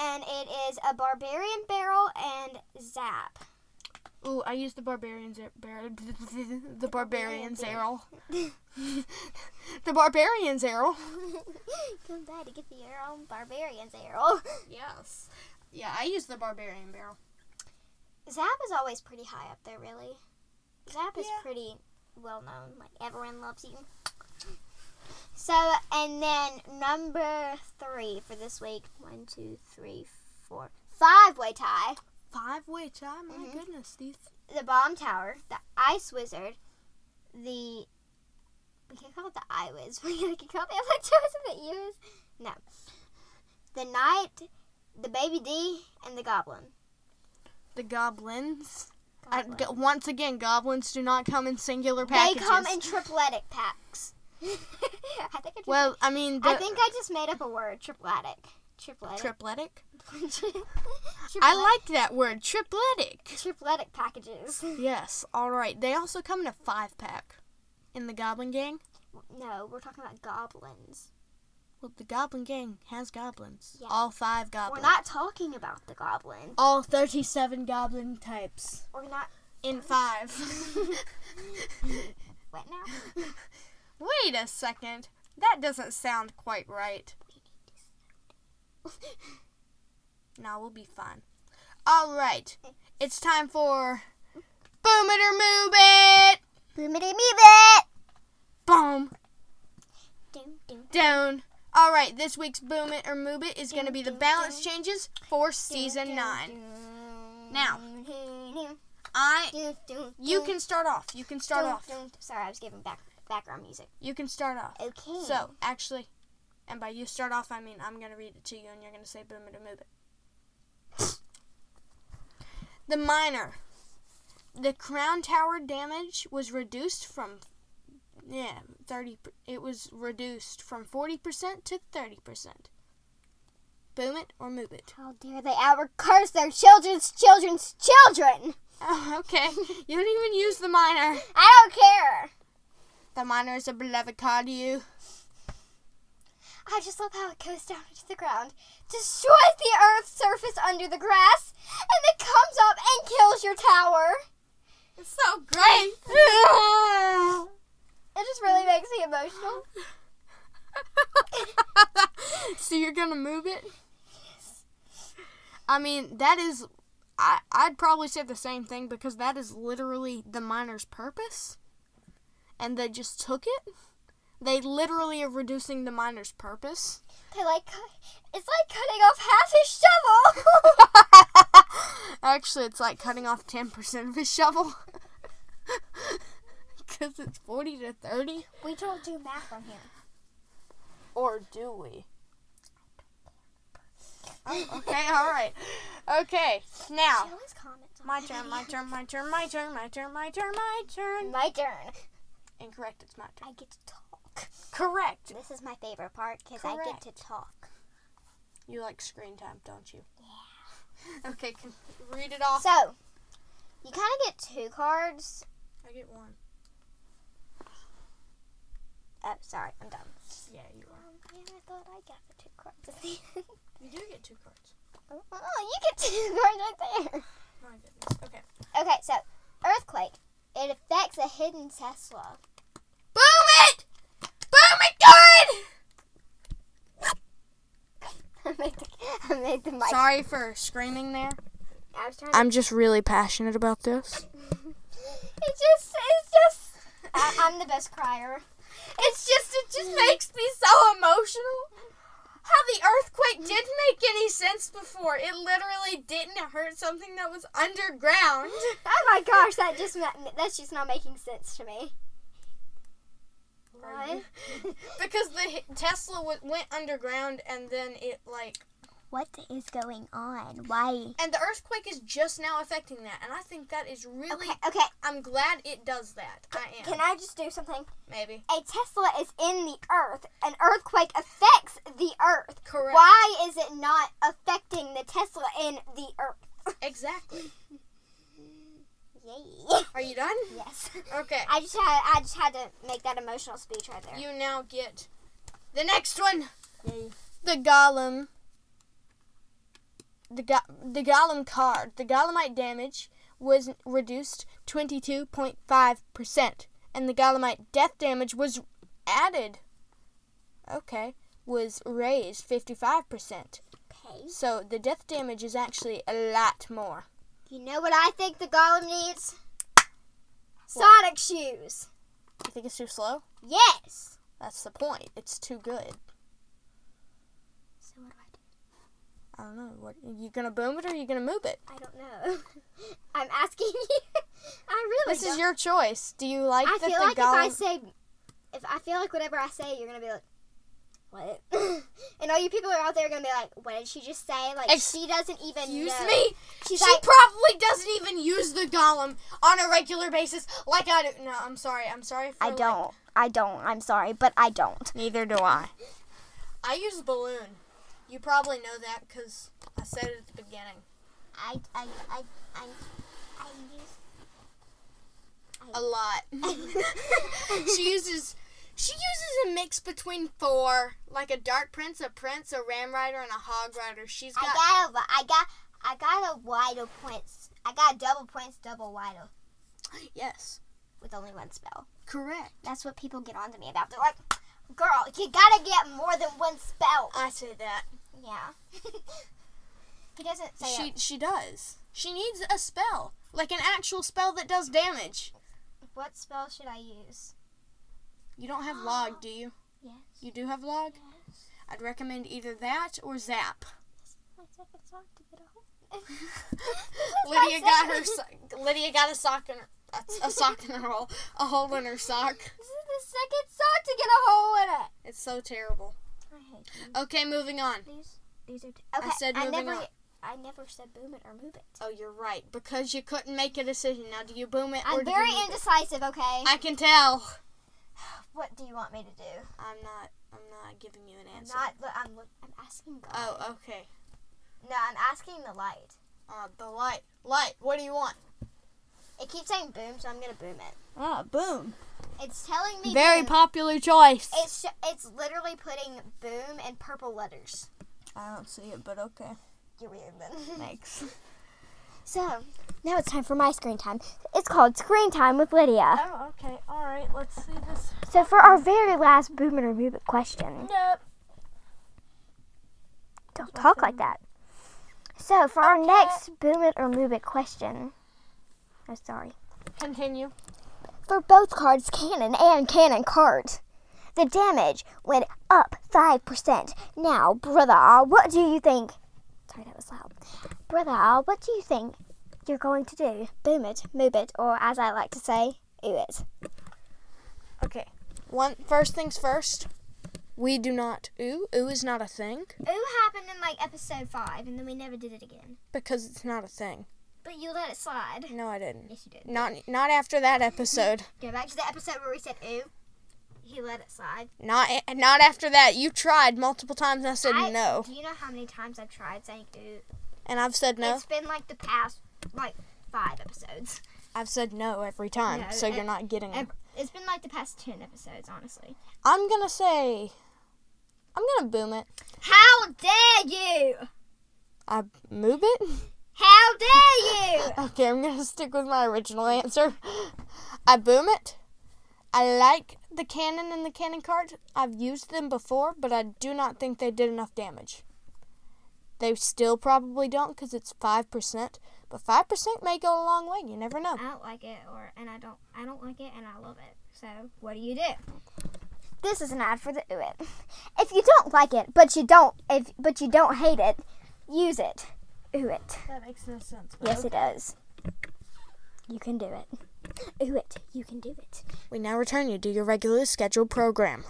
Speaker 2: and it is a barbarian barrel and zap.
Speaker 1: Ooh, I used the barbarian's ar- bar- the barbarian's arrow. the barbarian's arrow.
Speaker 2: Come back to get the arrow, barbarian's arrow.
Speaker 1: Yes. Yeah, I used the barbarian barrel.
Speaker 2: Zap is always pretty high up there, really. Zap is
Speaker 1: Yeah.
Speaker 2: pretty well known. Like everyone loves you. So and then number three for this week: one, two, three, four, five-way tie.
Speaker 1: Five way tie. My
Speaker 2: Mhm.
Speaker 1: goodness, these.
Speaker 2: the bomb tower, the ice wizard, the we can call it the eye wiz. We can call it the electro wizard, the ears. No, the knight, the baby D, and the goblin.
Speaker 1: The goblins. I-
Speaker 2: Goblin.
Speaker 1: go- once again, goblins do not come in singular
Speaker 2: they
Speaker 1: packages.
Speaker 2: come in tripletic packs. I think. I just,
Speaker 1: Well, I mean,
Speaker 2: I
Speaker 1: the-
Speaker 2: think I just made up a word. Tripletic. Tripletic.
Speaker 1: tripletic.
Speaker 2: Tripletic.
Speaker 1: I like that word, tripletic.
Speaker 2: tripletic packages.
Speaker 1: Yes, alright. They also come in a five pack in the Goblin Gang.
Speaker 2: No, we're talking about goblins.
Speaker 1: Well, the Goblin Gang has goblins.
Speaker 2: Yeah.
Speaker 1: All five goblins.
Speaker 2: We're not talking about the goblin.
Speaker 1: all 37 goblin types
Speaker 2: We're not.
Speaker 1: in five.
Speaker 2: What now?
Speaker 1: Wait a second. That doesn't sound quite right. No, we'll be fine. All right. It's time for Boom It or Move It.
Speaker 2: Boomity meebit!
Speaker 1: Boom.
Speaker 2: Doom, doom,
Speaker 1: Down. All right. This week's Boom It or Move It is going to be the balance changes for season
Speaker 2: doom,
Speaker 1: nine.
Speaker 2: doom,
Speaker 1: Now.
Speaker 2: doom, doom,
Speaker 1: I.
Speaker 2: doom, doom,
Speaker 1: You
Speaker 2: doom,
Speaker 1: can start off. You can start
Speaker 2: doom,
Speaker 1: off.
Speaker 2: doom. Sorry, I was giving back background music.
Speaker 1: You can start off.
Speaker 2: Okay.
Speaker 1: So, actually, and by you start off, I mean I'm going to read it to you and you're going to say boom it or move it. The minor. The crown tower damage was reduced from yeah, 30 per- it was reduced from 40% to 30%. Boom it or move it.
Speaker 2: how dare they ever curse their children's children's children?
Speaker 1: Oh, okay. you don't even use the minor.
Speaker 2: I don't care.
Speaker 1: The minor is a beloved card to you.
Speaker 2: I just love how it goes down into the ground, destroys the earth's surface under the grass, and then comes up and kills your tower.
Speaker 1: It's so great.
Speaker 2: It just really makes me emotional.
Speaker 1: so you're gonna move it? I mean, that is. I, I'd probably say the same thing because that is literally the miner's purpose. And they just took it. They literally are reducing the miner's purpose.
Speaker 2: They like cut- it's like cutting off half his shovel.
Speaker 1: Actually, it's like cutting off 10% of his shovel. Because it's 40 to 30.
Speaker 2: we don't do math on here.
Speaker 1: Or do we? Oh, okay, alright. Okay,
Speaker 2: She
Speaker 1: now.
Speaker 2: always comments. on
Speaker 1: My
Speaker 2: it.
Speaker 1: turn, my turn, my turn, my turn, my turn, my turn, my turn.
Speaker 2: My turn.
Speaker 1: Incorrect, it's my turn.
Speaker 2: I get to talk.
Speaker 1: Correct.
Speaker 2: This is my favorite part because I get to talk.
Speaker 1: You like screen time, don't you? Yeah. Okay, can read it off.
Speaker 2: So, you kind of get two cards.
Speaker 1: I get one.
Speaker 2: Oh, sorry, I'm done.
Speaker 1: Yeah, you are.
Speaker 2: Um, yeah, I thought I got the two cards at the end.
Speaker 1: You do get two cards.
Speaker 2: Oh, you get two cards right there.
Speaker 1: My goodness. Okay.
Speaker 2: Okay, so earthquake. It affects a hidden Tesla.
Speaker 1: Boom it! Boom it good!
Speaker 2: I made the, I made the mic.
Speaker 1: Sorry for screaming there.
Speaker 2: I was trying. To,
Speaker 1: I'm just really passionate about this.
Speaker 2: it's just, it's just. I, I'm the best crier.
Speaker 1: It's just, it just makes me so emotional. How the earthquake didn't make any sense before. It literally didn't hurt something that was underground.
Speaker 2: Oh my gosh, that just ma- that's just not making sense to me.
Speaker 1: Are you- Because the hi- Tesla w- went underground and then it, like,
Speaker 2: What is going on? Why?
Speaker 1: and the earthquake is just now affecting that. And I think that is really,
Speaker 2: Okay, okay.
Speaker 1: I'm glad it does that. I am.
Speaker 2: Can I just do something?
Speaker 1: Maybe.
Speaker 2: A Tesla is in the earth. An earthquake affects the earth.
Speaker 1: Correct.
Speaker 2: Why is it not affecting the Tesla in the earth?
Speaker 1: Exactly.
Speaker 2: Yay.
Speaker 1: Are you done?
Speaker 2: yes.
Speaker 1: Okay.
Speaker 2: I just had I just had to make that emotional speech right there.
Speaker 1: You now get the next one. The golem. The, go- the golem card. The golemite damage was reduced 22.5%. And the golemite death damage was added. Okay. Was raised 55%.
Speaker 2: Okay.
Speaker 1: So the death damage is actually a lot more.
Speaker 2: You know what I think the golem needs? Sonic shoes.
Speaker 1: You think it's too slow?
Speaker 2: Yes.
Speaker 1: That's the point. It's too good.
Speaker 2: So what do I do?
Speaker 1: I don't know. What you gonna boom it or you gonna move it?
Speaker 2: I don't know. I'm asking you. I really
Speaker 1: This
Speaker 2: don't.
Speaker 1: is your choice. Do you like
Speaker 2: I
Speaker 1: that
Speaker 2: feel
Speaker 1: the
Speaker 2: like
Speaker 1: golem?
Speaker 2: if I say, if I feel like whatever I say, you're gonna be like, what? and all you people are out there are gonna be like, what did she just say? Like
Speaker 1: Ex-
Speaker 2: she doesn't even
Speaker 1: Excuse
Speaker 2: know.
Speaker 1: me.
Speaker 2: She's
Speaker 1: she
Speaker 2: like,
Speaker 1: probably doesn't even use the golem on a regular basis like I do. No, I'm sorry. I'm sorry. For like-
Speaker 2: I don't. I'm sorry, but I don't.
Speaker 1: Neither do I. I use balloon. You probably know that because I said it at the beginning.
Speaker 2: I I I I, I use.
Speaker 1: A lot. she uses. She uses a mix between four, like a dark prince, a prince, a ram rider, and a hog rider. She's got.
Speaker 2: I got a I got I got a wider points. I got double points, double wider
Speaker 1: yes.
Speaker 2: with only one spell.
Speaker 1: Correct.
Speaker 2: That's what people get on to me about. They're like, girl, you gotta get more than one spell.
Speaker 1: I say that.
Speaker 2: Yeah. he doesn't say
Speaker 1: She
Speaker 2: it.
Speaker 1: she does. She needs a spell, like an actual spell that does damage.
Speaker 2: What spell should I use?
Speaker 1: You don't have log, do you?
Speaker 2: Yes.
Speaker 1: You do have log.
Speaker 2: Yes.
Speaker 1: I'd recommend either that or zap.
Speaker 2: My second sock to get a hold.
Speaker 1: Lydia got her. So- Lydia got a sock in her. A, a sock in her hole. A hole in her sock.
Speaker 2: This is the second sock to get a hole in it.
Speaker 1: It's so terrible.
Speaker 2: I hate
Speaker 1: Okay, moving on.
Speaker 2: these. These are. T- okay.
Speaker 1: said moving
Speaker 2: never.
Speaker 1: on.
Speaker 2: I never said boom it or move it.
Speaker 1: Oh, you're right because you couldn't make a decision. Now, do you boom it or
Speaker 2: I'm
Speaker 1: do
Speaker 2: very
Speaker 1: you? move it?
Speaker 2: indecisive. Okay.
Speaker 1: I can tell.
Speaker 2: what do you want me to do?
Speaker 1: I'm not. I'm not giving you an
Speaker 2: I'm
Speaker 1: answer.
Speaker 2: not. Look, I'm. Look, I'm asking God.
Speaker 1: Oh, okay.
Speaker 2: No, I'm asking the light.
Speaker 1: Uh, the light. Light. What do you want?
Speaker 2: It keeps saying boom, so I'm gonna boom it.
Speaker 1: Ah, boom.
Speaker 2: It's telling me
Speaker 1: Very
Speaker 2: boom.
Speaker 1: popular choice.
Speaker 2: It's sh- it's literally putting boom in purple letters.
Speaker 1: I don't see it, but okay.
Speaker 2: You're weird then.
Speaker 1: Thanks.
Speaker 2: so now it's time for my screen time. It's called Screen Time with Lydia.
Speaker 1: Oh, okay. All right. Let's see this.
Speaker 2: So for our very last boom and remove it question,
Speaker 1: Nope.
Speaker 2: don't talk like that. So for our
Speaker 1: Okay.
Speaker 2: next boom it or move it question. Oh, sorry.
Speaker 1: Continue.
Speaker 2: For both cards, cannon and cannon card, the damage went up 5%. Now, brother, what do you think? Sorry, that was loud. Brother, what do you think you're going to do? Boom it, move it, or as I like to say, ooh it.
Speaker 1: Okay. One first things first. We do not ooh. Ooh is not a thing
Speaker 2: Ooh happened in like episode 5, and then we never did it again.
Speaker 1: because it's not a thing.
Speaker 2: But you let it slide.
Speaker 1: No, I didn't.
Speaker 2: Yes, you did.
Speaker 1: Not not after that episode.
Speaker 2: Go back to the episode where we said ooh. He let it slide.
Speaker 1: not not after that. You tried multiple times and I said
Speaker 2: I-
Speaker 1: no.
Speaker 2: Do you know how many times I've tried saying ooh?
Speaker 1: And I've said no.
Speaker 2: It's been like the past like five episodes.
Speaker 1: I've said no every time.
Speaker 2: No,
Speaker 1: so
Speaker 2: ev-
Speaker 1: you're not getting it.
Speaker 2: Ev- It's been like the past ten episodes, honestly.
Speaker 1: I'm going to say I'm going to boom it.
Speaker 2: How dare you!
Speaker 1: I move it.
Speaker 2: How dare you!
Speaker 1: Okay, I'm gonna stick with my original answer. I boom it. I like the cannon and the cannon cards. I've used them before, but I do not think they did enough damage. They still probably don't because it's 5%, but 5% may go a long way. You never know.
Speaker 2: I don't like it, or and I don't, I don't like it, and I love it. So what do you do? This is an ad for the Uit. If you don't like it, but you don't, if but you don't hate it, use it. Uit.
Speaker 1: That makes no sense.
Speaker 2: Yes, it does. You can do it. Uit. You can do it.
Speaker 1: We now return you to your regularly scheduled program.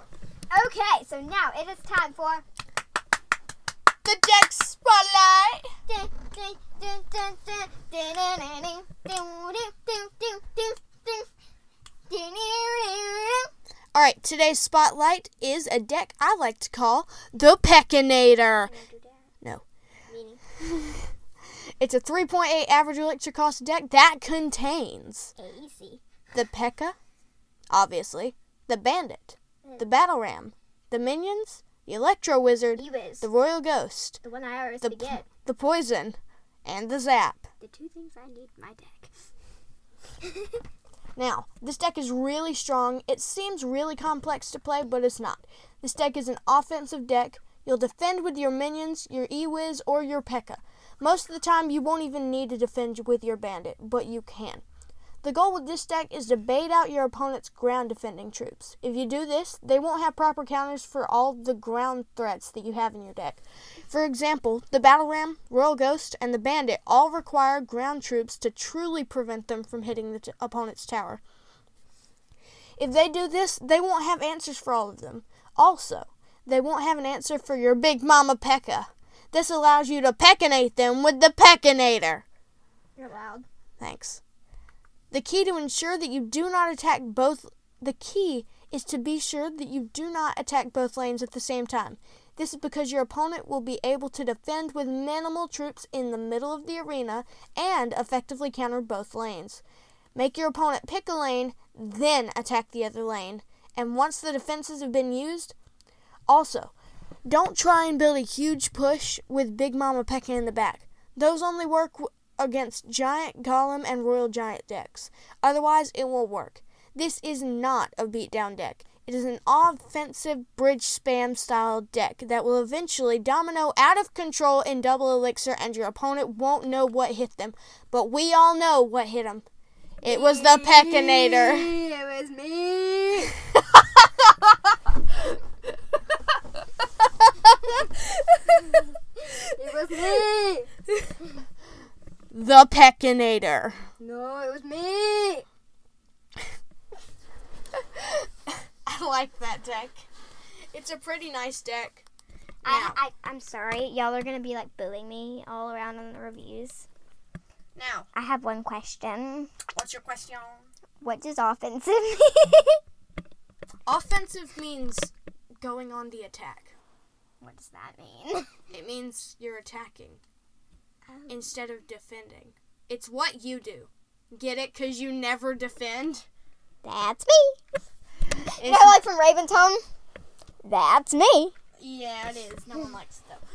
Speaker 2: Okay, so now it is time for
Speaker 1: The deck spotlight! Alright, today's spotlight is a deck I like to call the Peckinator. It's a 3.8 average elixir cost deck that contains
Speaker 2: Easy.
Speaker 1: the Pekka, obviously, the Bandit, the Battle Ram, the Minions, the Electro Wizard,
Speaker 2: You is
Speaker 1: the Royal Ghost,
Speaker 2: the one I always
Speaker 1: the, p- E
Speaker 2: forget.
Speaker 1: the Poison, and the Zap.
Speaker 2: The two things I need in my deck.
Speaker 1: Now, this deck is really strong. It seems really complex to play, but it's not. This deck is an offensive deck. You'll defend with your minions, your E-Wiz, or your P.E.K.K.A. Most of the time, you won't even need to defend with your Bandit, but you can. The goal with this deck is to bait out your opponent's ground defending troops. If you do this, they won't have proper counters for all the ground threats that you have in your deck. For example, the Battle Ram, Royal Ghost, and the Bandit all require ground troops to truly prevent them from hitting the t- opponent's tower. If they do this, they won't have answers for all of them. Also, they won't have an answer for your Big Mama Pekka. This allows you to E peckinate them with the E Peckinator.
Speaker 2: You're loud.
Speaker 1: Thanks. The key to ensure that you do not attack both the key is to be sure that you do not attack both lanes at the same time. This is because your opponent will be able to defend with minimal troops in the middle of the arena and effectively counter both lanes. Make your opponent pick a lane, then attack the other lane. And once the defenses have been used, also, don't try and build a huge push with Big Mama Pekka in the back. Those only work w- against Giant Golem and Royal Giant decks. Otherwise, it won't work. This is not a beatdown deck. It is an offensive bridge spam style deck that will eventually domino out of control in double elixir, and your opponent won't know what hit them. But we all know what hit them. It was the Peckinator.
Speaker 2: It was me. it was me.
Speaker 1: The Peckinator.
Speaker 2: No, it was me.
Speaker 1: I like that deck. It's a pretty nice deck.
Speaker 2: I, I, I'm sorry. Y'all are going to be like booing me all around in the reviews.
Speaker 1: Now,
Speaker 2: I have one question.
Speaker 1: what's your question?
Speaker 2: What does offensive mean?
Speaker 1: Offensive means going on the attack.
Speaker 2: what does that mean?
Speaker 1: It means you're attacking Oh. instead of defending. It's what you do. Get it? Cause you never defend.
Speaker 2: That's me. You know,
Speaker 1: It's-
Speaker 2: like from Raven's Home? That's me.
Speaker 1: yeah, it is. No one likes it though.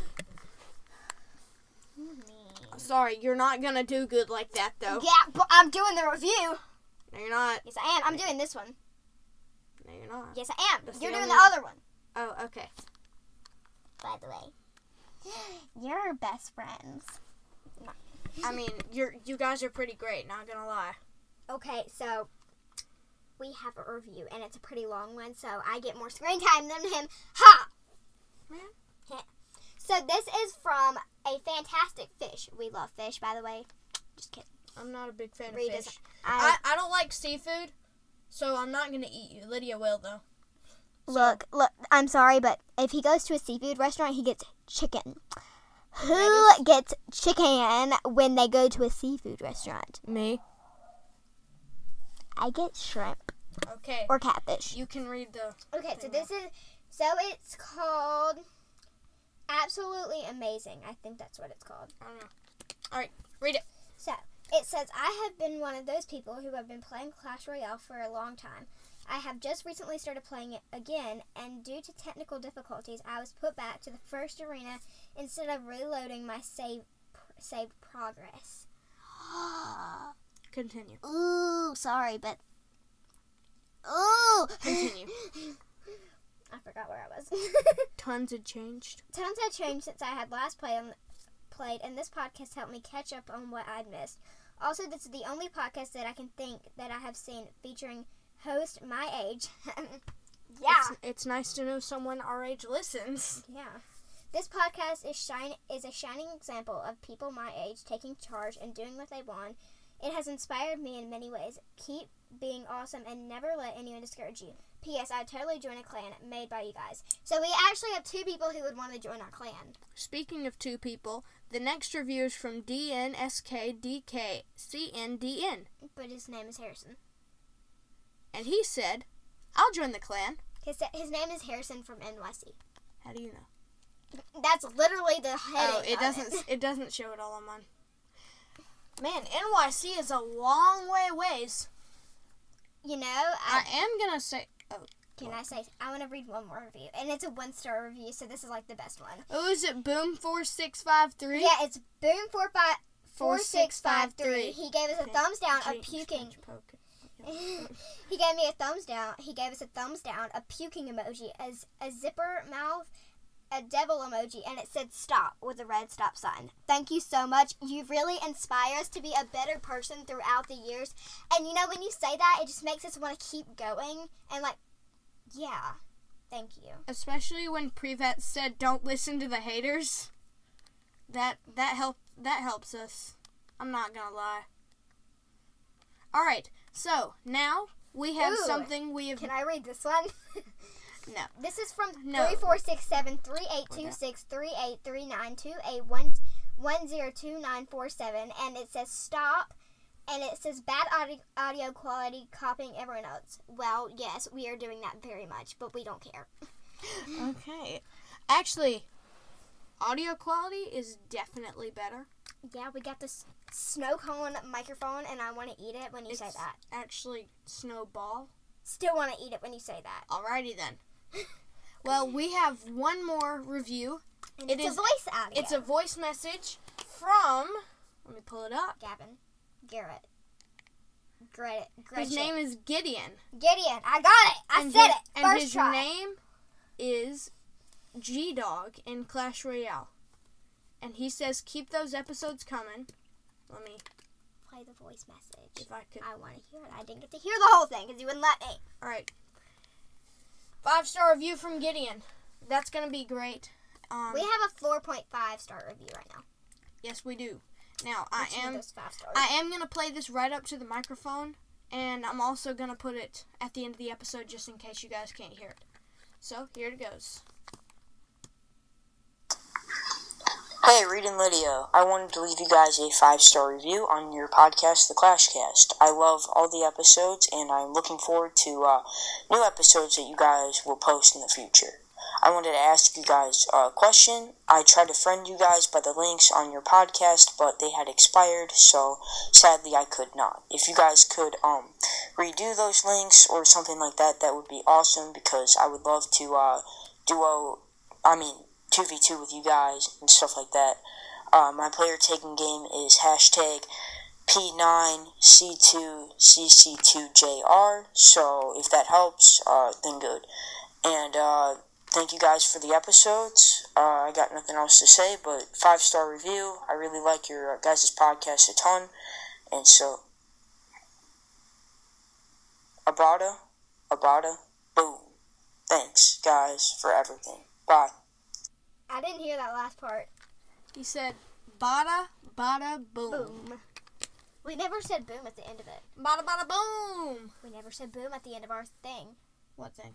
Speaker 1: Sorry, you're not gonna do good like that though.
Speaker 2: Yeah, but I'm doing the review.
Speaker 1: No, you're not.
Speaker 2: Yes, I am. I'm doing this one.
Speaker 1: No, you're not.
Speaker 2: Yes, I am.
Speaker 1: That's
Speaker 2: You're
Speaker 1: the
Speaker 2: doing the
Speaker 1: only-
Speaker 2: other one.
Speaker 1: Oh, okay.
Speaker 2: By the way, you're best friends.
Speaker 1: I mean, you're you guys are pretty great. Not gonna lie.
Speaker 2: Okay, so we have a review, and it's a pretty long one, so I get more screen time than him. Ha!
Speaker 1: Man.
Speaker 2: Heh. So this is from a fantastic fish. We love fish, by the way. Just kidding.
Speaker 1: I'm not a big fan
Speaker 2: Read
Speaker 1: of
Speaker 2: us-
Speaker 1: fish.
Speaker 2: I,
Speaker 1: I, I don't like seafood, so I'm not gonna eat you. Lydia will though.
Speaker 2: look, look. I'm sorry, but if he goes to a seafood restaurant, he gets chicken. Who gets chicken when they go to a seafood restaurant?
Speaker 1: Me.
Speaker 2: I get shrimp
Speaker 1: Okay.
Speaker 2: or catfish.
Speaker 1: You can read the.
Speaker 2: Okay, so this is so it's called Absolutely Amazing. I think that's what it's called.
Speaker 1: I don't know. All right, read it.
Speaker 2: So, it says I have been one of those people who have been playing Clash Royale for a long time. I have just recently started playing it again, and due to technical difficulties, I was put back to the first arena instead of reloading my save save progress.
Speaker 1: Continue.
Speaker 2: Ooh, sorry, but ooh,
Speaker 1: Continue.
Speaker 2: I forgot where I was.
Speaker 1: Tons had changed.
Speaker 2: Times have changed since I had last played, on, played, and this podcast helped me catch up on what I'd missed. Also, this is the only podcast that I can think that I have seen featuring host my age. yeah,
Speaker 1: It's, it's nice to know someone our age listens.
Speaker 2: yeah. This podcast is shine is a shining example of people my age taking charge and doing what they want. It has inspired me in many ways. Keep being awesome and never let anyone discourage you. P.S. I totally join a clan made by you guys. So we actually have two people who would want to join our clan.
Speaker 1: Speaking of two people, the next review is from DNSKDKCNDN,
Speaker 2: But his name is Harrison.
Speaker 1: and he said, "I'll join the clan."
Speaker 2: His, his name is Harrison from NYC.
Speaker 1: How do you know?
Speaker 2: That's literally the heading.
Speaker 1: Oh, it
Speaker 2: of
Speaker 1: doesn't. It doesn't show it all on mine. Man, NYC is a long way ways.
Speaker 2: You know,
Speaker 1: I
Speaker 2: I,
Speaker 1: am gonna say. Oh,
Speaker 2: can I say I want to read one more review, and it's a one star review, so this is like the best one.
Speaker 1: oh, is it Boom Four Six Five Three?
Speaker 2: Yeah, it's Boom four five four six five three. He gave us a thumbs down, a
Speaker 1: Jinx,
Speaker 2: puking.
Speaker 1: punch, poke.
Speaker 2: he gave me a thumbs down. He gave us a thumbs down, a puking emoji, as a zipper mouth, a devil emoji, and it said stop with a red stop sign. Thank you so much. You really inspire us to be a better person throughout the years. And you know, when you say that, it just makes us want to keep going and like, yeah, thank you.
Speaker 1: Especially when Prevet said, "Don't listen to the haters." That that help that helps us. I'm not gonna lie. All right, so now we have
Speaker 2: Ooh.
Speaker 1: something we have.
Speaker 2: Can I read this one?
Speaker 1: No.
Speaker 2: This is from
Speaker 1: No.
Speaker 2: three four six seven three eight two
Speaker 1: Okay.
Speaker 2: six three eight three nine two eight one one zero two nine four seven, and it says stop, and it says bad audio, audio quality copying everyone else. Well, yes, we are doing that very much, but we don't care.
Speaker 1: Okay, actually, audio quality is definitely better.
Speaker 2: Yeah, we got this snow cone microphone, and I want to eat it when you say
Speaker 1: It's
Speaker 2: that.
Speaker 1: actually snowball.
Speaker 2: Still want to eat it when you say that.
Speaker 1: Alrighty then. Well, we have one more review.
Speaker 2: And
Speaker 1: It
Speaker 2: it's
Speaker 1: is-
Speaker 2: a voice audio.
Speaker 1: It's a voice message from. Let me pull it up.
Speaker 2: Gavin, Garrett, Gret, Gretchen.
Speaker 1: His name is Gideon.
Speaker 2: Gideon. I got it. I
Speaker 1: and
Speaker 2: said
Speaker 1: his,
Speaker 2: it
Speaker 1: And
Speaker 2: first
Speaker 1: his
Speaker 2: try.
Speaker 1: name is G Dog in Clash Royale. And he says, keep those episodes coming. Let me,
Speaker 2: play the voice message.
Speaker 1: if I could.
Speaker 2: I want to hear it. I didn't get to hear the whole thing because you wouldn't let me.
Speaker 1: Alright. Five star review from Gideon. That's going to be great. Um,
Speaker 2: We have a 4.5 star review right now.
Speaker 1: yes, we do. Now, I
Speaker 2: Let's read
Speaker 1: am
Speaker 2: those five stars.
Speaker 1: I am gonna play this right up to the microphone, and I'm also gonna put it at the end of the episode just in case you guys can't hear it. So here it goes.
Speaker 3: Hey, Reed and Lydia. I wanted to leave you guys a five star review on your podcast, The Clashcast. I love all the episodes, and I'm looking forward to uh, new episodes that you guys will post in the future. I wanted to ask you guys a question. I tried to friend you guys by the links on your podcast, but they had expired, so sadly I could not. If you guys could um, redo those links or something like that, that would be awesome because I would love to uh, duo. I mean, 2v2 with you guys and stuff like that. Uh, my player taking game is hashtag P9C2CC2JR. So if that helps, uh, then good. And uh, thank you guys for the episodes. Uh, I got nothing else to say, but five star review. I really like your uh, guys' podcast a ton, and so Abada, Abada, boom. Thanks, guys, for everything. Bye.
Speaker 2: I didn't hear that last part.
Speaker 1: He said, bada, bada, boom.
Speaker 2: Boom. We never said boom at the end of it.
Speaker 1: Bada, bada, boom.
Speaker 2: We never said boom at the end of our thing.
Speaker 1: What thing?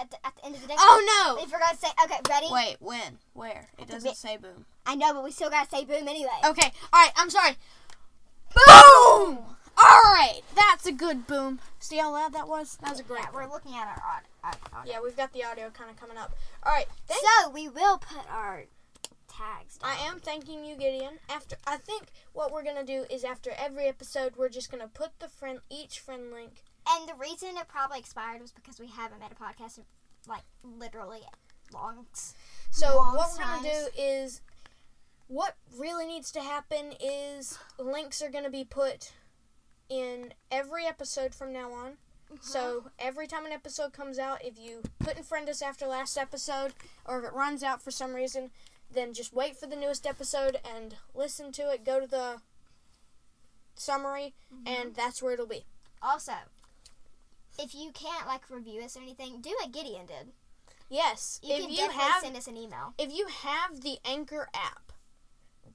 Speaker 2: At the, at the end of the day.
Speaker 1: Oh,
Speaker 2: We
Speaker 1: no.
Speaker 2: forgot to say. Okay, ready?
Speaker 1: Wait, when? Where? It doesn't
Speaker 2: bit-
Speaker 1: say boom.
Speaker 2: I know, but we still gotta say boom anyway.
Speaker 1: Okay, all right, I'm sorry. Boom! All right, that's a good boom. See how loud that was? That was a great
Speaker 2: Yeah, we're
Speaker 1: one.
Speaker 2: looking at our odd.
Speaker 1: Yeah, we've got the audio kind of coming up. All right, thank
Speaker 2: So we will put our tags. Down.
Speaker 1: I am thanking you, Gideon. After I think what we're gonna do is after every episode, we're just gonna put the friend each friend link.
Speaker 2: And the reason it probably expired was because we haven't made a podcast in like literally long.
Speaker 1: So
Speaker 2: Long
Speaker 1: what we're gonna
Speaker 2: size.
Speaker 1: do is what really needs to happen is links are gonna be put in every episode from now on.
Speaker 2: Mm-hmm.
Speaker 1: So every time an episode comes out, if you couldn't friend us after last episode, or if it runs out for some reason, then just wait for the newest episode and listen to it. Go to the summary,
Speaker 2: Mm-hmm.
Speaker 1: and that's where it'll be.
Speaker 2: Also, if you can't like review us or anything, do what Gideon did.
Speaker 1: Yes,
Speaker 2: You
Speaker 1: if
Speaker 2: can
Speaker 1: you
Speaker 2: definitely
Speaker 1: have
Speaker 2: send us an email.
Speaker 1: if you have the Anchor app,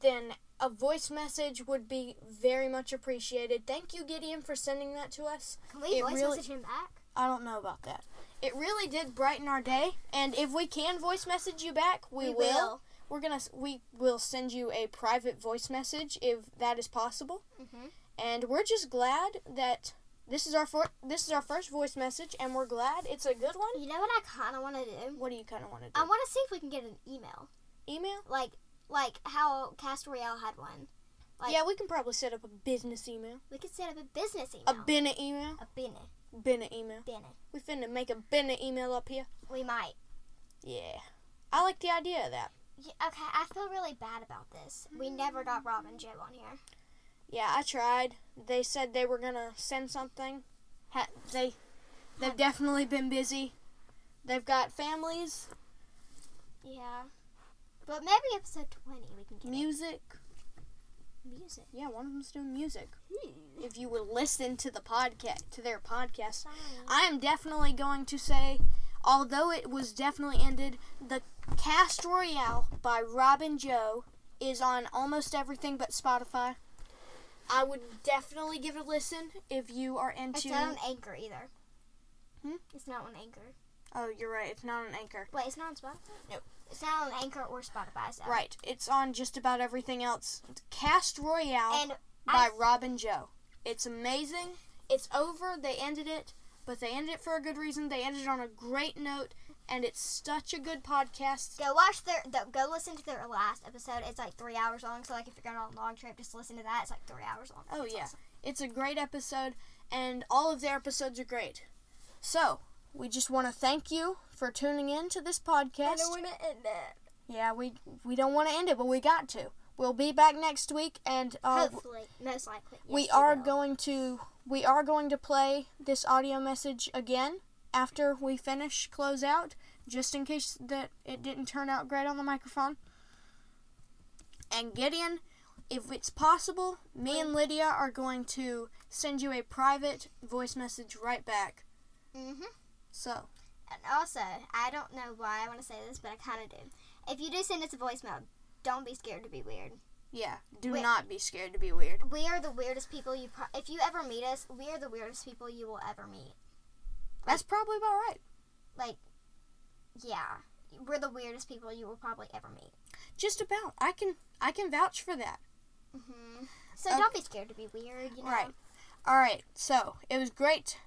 Speaker 1: then a voice message would be very much appreciated. Thank you, Gideon, for sending that to us.
Speaker 2: Can we
Speaker 1: it
Speaker 2: voice
Speaker 1: really-
Speaker 2: message him back?
Speaker 1: I don't know about that. It really did brighten our day, and if we can voice message you back, we,
Speaker 2: We
Speaker 1: will.
Speaker 2: will.
Speaker 1: We're gonna s- we will send you a private voice message if that is possible.
Speaker 2: Mhm.
Speaker 1: And we're just glad that this is our for, this is our first voice message, and we're glad it's a good one.
Speaker 2: You know what I kind of want to do?
Speaker 1: What do you kind of want to do?
Speaker 2: I want to see if we can get an email,
Speaker 1: Email?
Speaker 2: like like how Cast Royale had one. Like-
Speaker 1: yeah, we can probably set up a business email.
Speaker 2: We could set up a business
Speaker 1: A
Speaker 2: email.
Speaker 1: Bennett email.
Speaker 2: a Bennett.
Speaker 1: Bennett email.
Speaker 2: Bennett.
Speaker 1: We finna make a Bennett email up here.
Speaker 2: We might.
Speaker 1: Yeah. I like the idea of that.
Speaker 2: Yeah, okay, I feel really bad about this. We never got Rob and Jib on here.
Speaker 1: Yeah, I tried. They said they were gonna send something. Ha- they, they've definitely been busy. They've got families,
Speaker 2: Yeah. But maybe episode 20 we can get
Speaker 1: music.
Speaker 2: music.
Speaker 1: Yeah, one of them's doing music.
Speaker 2: Hmm.
Speaker 1: If you would listen to the podcast, to their podcast, I am definitely going to say, although it was definitely ended, the Cast Royale by Robin Joe is on almost everything but Spotify. I would definitely give it a listen if you are
Speaker 2: It's
Speaker 1: into.
Speaker 2: not on Anchor either.
Speaker 1: Hmm?
Speaker 2: It's not on Anchor.
Speaker 1: oh, you're right. It's not on Anchor.
Speaker 2: Wait, it's not on Spotify?
Speaker 1: Nope.
Speaker 2: It's not on Anchor or Spotify. So.
Speaker 1: Right. It's on just about everything else. Cast Royale
Speaker 2: And
Speaker 1: by
Speaker 2: I,
Speaker 1: Robin Joe. It's amazing. It's over. They ended it, but they ended it for a good reason. They ended it on a great note, and it's such a good podcast.
Speaker 2: go watch their, the, go listen to their last episode. It's like three hours long. So like if you're going on a long trip, just listen to that. It's like three hours long.
Speaker 1: Oh
Speaker 2: It's
Speaker 1: yeah,
Speaker 2: awesome.
Speaker 1: it's a great episode, and all of their episodes are great. So we just want to thank you for tuning in to this podcast.
Speaker 2: to end it.
Speaker 1: yeah, we we don't want to end it, but we got to. We'll be back next week, and uh,
Speaker 2: Hopefully, most likely.
Speaker 1: we
Speaker 2: Yes,
Speaker 1: are
Speaker 2: will.
Speaker 1: going to we are going to play this audio message again after we finish close out, just in case that it didn't turn out great on the microphone. And Gideon, if it's possible, me and Lydia are going to send you a private voice message right back.
Speaker 2: Mhm.
Speaker 1: So
Speaker 2: And also, I don't know why I want to say this, but I kind of do. If you do send us a voicemail, don't be scared to be weird.
Speaker 1: yeah, do
Speaker 2: Wait.
Speaker 1: not be scared to be weird.
Speaker 2: We are the weirdest people you. Pro- if you ever meet us, we are the weirdest people you will ever meet.
Speaker 1: That's probably about right.
Speaker 2: Yeah, we're the weirdest people you will probably ever meet.
Speaker 1: Just about. I can I can vouch for that.
Speaker 2: hmm So
Speaker 1: Okay.
Speaker 2: don't be scared to be weird. You know.
Speaker 1: Right. All right. So it was great,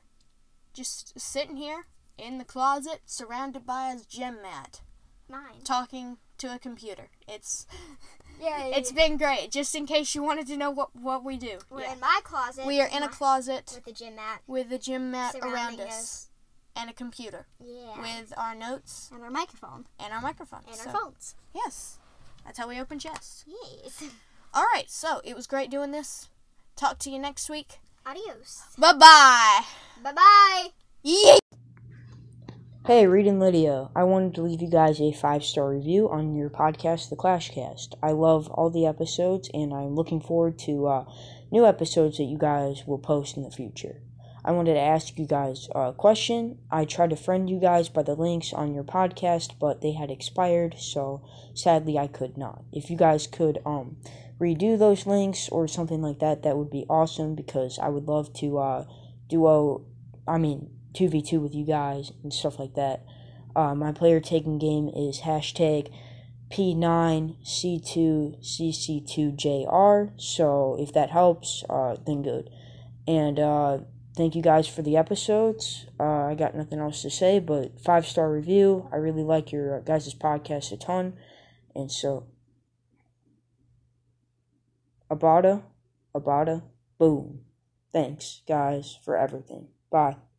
Speaker 1: just sitting here in the closet, surrounded by his gym mat,
Speaker 2: Mine.
Speaker 1: talking to a computer. It's
Speaker 2: Yeah.
Speaker 1: it's been great. Just in case you wanted to know what what we do.
Speaker 2: We're
Speaker 1: Yeah.
Speaker 2: in my closet.
Speaker 1: We are in a
Speaker 2: my-
Speaker 1: closet
Speaker 2: with the gym mat
Speaker 1: with a gym mat around
Speaker 2: surrounding
Speaker 1: us and a computer
Speaker 2: Yeah.
Speaker 1: with our notes
Speaker 2: and our microphone
Speaker 1: and our microphones.
Speaker 2: and
Speaker 1: So,
Speaker 2: our phones.
Speaker 1: Yes. That's how we open chests.
Speaker 2: Yes.
Speaker 1: All right. So it was great doing this. Talk to you next week.
Speaker 2: Adios.
Speaker 1: Bye bye.
Speaker 2: Bye bye.
Speaker 1: Yeah.
Speaker 3: Hey, Reed and Lydia. I wanted to leave you guys a five star review on your podcast, The Clashcast. I love all the episodes, and I'm looking forward to uh, new episodes that you guys will post in the future. I wanted to ask you guys a question. I tried to friend you guys by the links on your podcast, but they had expired, so sadly I could not. If you guys could um redo those links or something like that, that would be awesome because I would love to uh, duo I mean, 2v2 with you guys and stuff like that. Uh, my player taking game is hashtag P9C2CC2JR. So if that helps, uh, then good. And uh, thank you guys for the episodes. Uh, I got nothing else to say, but five star review. I really like your guys' podcast a ton. And so, Abada, Abada, boom. Thanks, guys, for everything. Bye.